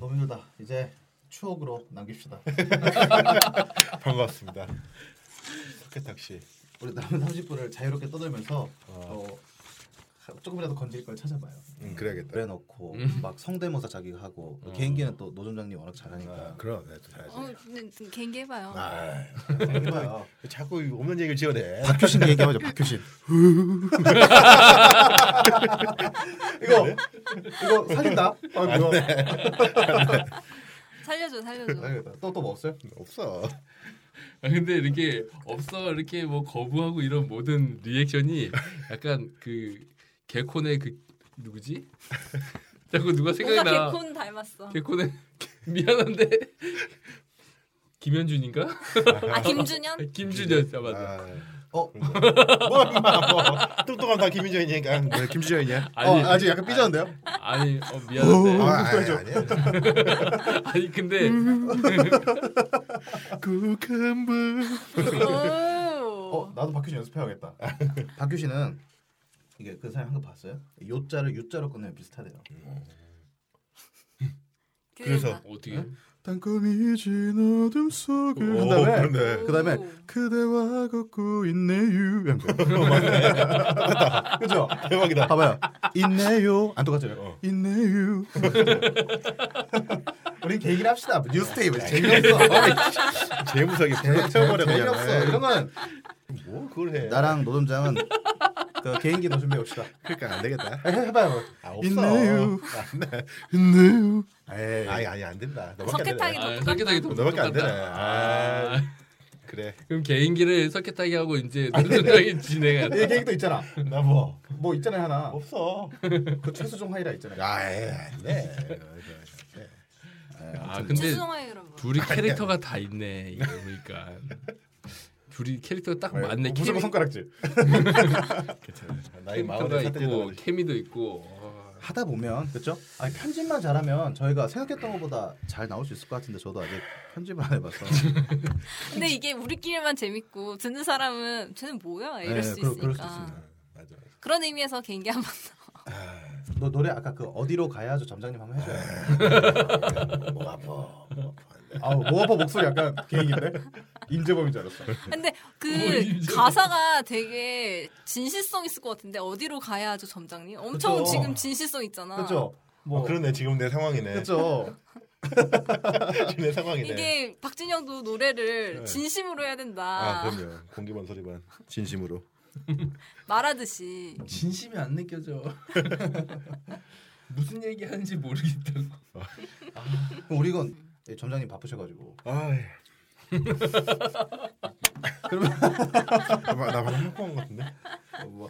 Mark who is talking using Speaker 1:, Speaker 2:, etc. Speaker 1: 오늘다 이제 추억으로 남깁시다.
Speaker 2: 반갑습니다. 석혜탁 씨.
Speaker 1: 우리 남은 30분을 자유롭게 떠들면서
Speaker 2: 어.
Speaker 1: 어, 조금이라도 건질 걸 찾아봐요.
Speaker 2: 음, 그래야겠다.
Speaker 1: 그래놓고 막 성대모사 자기가 하고 또 개인기는 또 노점장님 워낙 잘하니까
Speaker 2: 그럼 네, 또 잘하지.
Speaker 1: 아,
Speaker 3: 어, 근데 좀 갱기해봐요.
Speaker 2: 아,
Speaker 1: 해봐요.
Speaker 2: 자꾸 없는 얘기를 지어내.
Speaker 4: 예. 박효신 얘기하죠. 박효신.
Speaker 1: 이거 네? 이거 살린다. 아, 이거
Speaker 2: 네.
Speaker 3: 살려줘,
Speaker 1: 아,
Speaker 3: 살려줘.
Speaker 1: 또또 먹었어요?
Speaker 2: 없어.
Speaker 5: 아, 근데 이렇게 없어 이렇게 뭐 거부하고 이런 모든 리액션이 약간 그 개콘의 그 누구지? 자꾸 누가 생각이
Speaker 3: 뭔가
Speaker 5: 나.
Speaker 3: 개콘 닮았어.
Speaker 5: 개콘의 미안한데 김현준인가?
Speaker 3: 아 김준현?
Speaker 5: 김준현 아, 잡았다.
Speaker 1: 어
Speaker 2: 아, 뭐, 임마, 뭐. 똑똑한 다 김민정이니까.
Speaker 4: 네, 김주현이야.
Speaker 5: 아니.
Speaker 4: 어, 아직 약간 삐졌는데요?
Speaker 5: 아니 어, 미안한데
Speaker 2: 아, 아니, 아니야.
Speaker 5: 아니 근데
Speaker 3: 음.
Speaker 4: 국한 분.
Speaker 5: 아,
Speaker 1: 어,
Speaker 3: 오.
Speaker 1: 나도 박효신 연습해야겠다. 박효신은 이게 그 사람 한 거 봤어요? 요자를 유자로 끊으면 비슷하대요.
Speaker 2: 그래서
Speaker 5: 어떻게?
Speaker 3: 음.
Speaker 4: 땅콩이 진 어둠 속을
Speaker 2: 오,
Speaker 4: 한 다음에
Speaker 2: 그런데.
Speaker 3: 오.
Speaker 4: 그다음에 그대와 걷고 있네요. 이런 거.
Speaker 1: 그죠? 어.
Speaker 2: 대박이다.
Speaker 4: 봐봐요. 있네요.
Speaker 1: 안 똑같아요.
Speaker 4: 있네요.
Speaker 1: 우리 계기를 합시다. 뉴스테이블 재미없어.
Speaker 2: 재무석이 불러 태워버려 그냥.
Speaker 1: 재미없어. 이런 건
Speaker 2: 뭐 그걸 해.
Speaker 1: 나랑 노점장은 그 개인기 노 준비해 봅시다.
Speaker 2: 그러니까 안 되겠다.
Speaker 1: 아, 해- 해봐요.
Speaker 2: 아, 없어.
Speaker 4: 있네요.
Speaker 2: 안 돼.
Speaker 4: 있네요.
Speaker 1: 에이.
Speaker 2: 아니, 아니 안 된다. 너밖에 안
Speaker 3: 석회탕이
Speaker 2: 되네.
Speaker 5: 아,
Speaker 3: 더
Speaker 5: 석회탕이 더
Speaker 2: 너밖에 안 되네.
Speaker 5: 똑같다.
Speaker 2: 아, 그래.
Speaker 5: 그럼 개인기를 석회탕이 하고 이제 노동장이 진행한.
Speaker 1: 얘 계획도 있잖아.
Speaker 2: 나 뭐.
Speaker 1: 뭐 있잖아요 하나.
Speaker 2: 없어.
Speaker 1: 그 최수종 하이라 있잖아요. 네.
Speaker 2: 아, 에이, 안 돼.
Speaker 5: 아 근데
Speaker 3: 추수정아요 여러분.
Speaker 5: 둘이 캐릭터가 다 있네 이거 보니까 둘이 캐릭터
Speaker 2: 어,
Speaker 5: 딱 맞네
Speaker 1: 무조건
Speaker 5: 케미
Speaker 1: 손가락질.
Speaker 2: 나이 마흔에
Speaker 5: 캐릭터가
Speaker 2: 사태지도
Speaker 5: 있고 케미도 있고 어.
Speaker 1: 하다 보면 그렇죠? 아니 편집만 잘하면 저희가 생각했던 것보다 잘 나올 수 있을 것 같은데 저도 아직 편집을 안 해봐서.
Speaker 3: 근데 이게 우리끼리만 재밌고 듣는 사람은 쟤는 뭐야 이럴
Speaker 1: 네,
Speaker 3: 수
Speaker 1: 그럴-
Speaker 3: 있으니까.
Speaker 1: 그럴 수 있습니다. 네.
Speaker 2: 맞아. 맞아.
Speaker 3: 그런 의미에서 개인기 한번
Speaker 1: 너 노래 아까 그 어디로 가야죠 점장님 한번 해줘요.
Speaker 2: 네. 목 아파. 목 아파.
Speaker 1: 아우 모아버 목소리 약간 개인인데 임재범인 줄 알았어.
Speaker 3: 근데
Speaker 5: 뭐
Speaker 3: 그
Speaker 5: 이제.
Speaker 3: 가사가 되게 진실성 있을 것 같은데 어디로 가야 하죠 점장님? 엄청
Speaker 1: 그쵸.
Speaker 3: 지금 진실성 있잖아.
Speaker 1: 그렇죠?
Speaker 2: 뭐
Speaker 5: 어.
Speaker 2: 그러네 지금 내 상황이네.
Speaker 1: 그렇죠?
Speaker 2: 지금 내 상황이네.
Speaker 3: 이게 박진영도 노래를
Speaker 2: 네.
Speaker 3: 진심으로 해야
Speaker 2: 아,
Speaker 3: 된다.
Speaker 2: 그럼요. 공기반 소리반 진심으로.
Speaker 3: 말하듯이.
Speaker 5: 진심이 안 느껴져 무슨 얘기 하는지 모르겠다고
Speaker 2: 네.
Speaker 1: 그럼 우리 이건 예, 점장님 바쁘셔가지고
Speaker 2: 아,
Speaker 1: 그러면
Speaker 2: 나방 먹고 온것 같은데.
Speaker 1: 뭐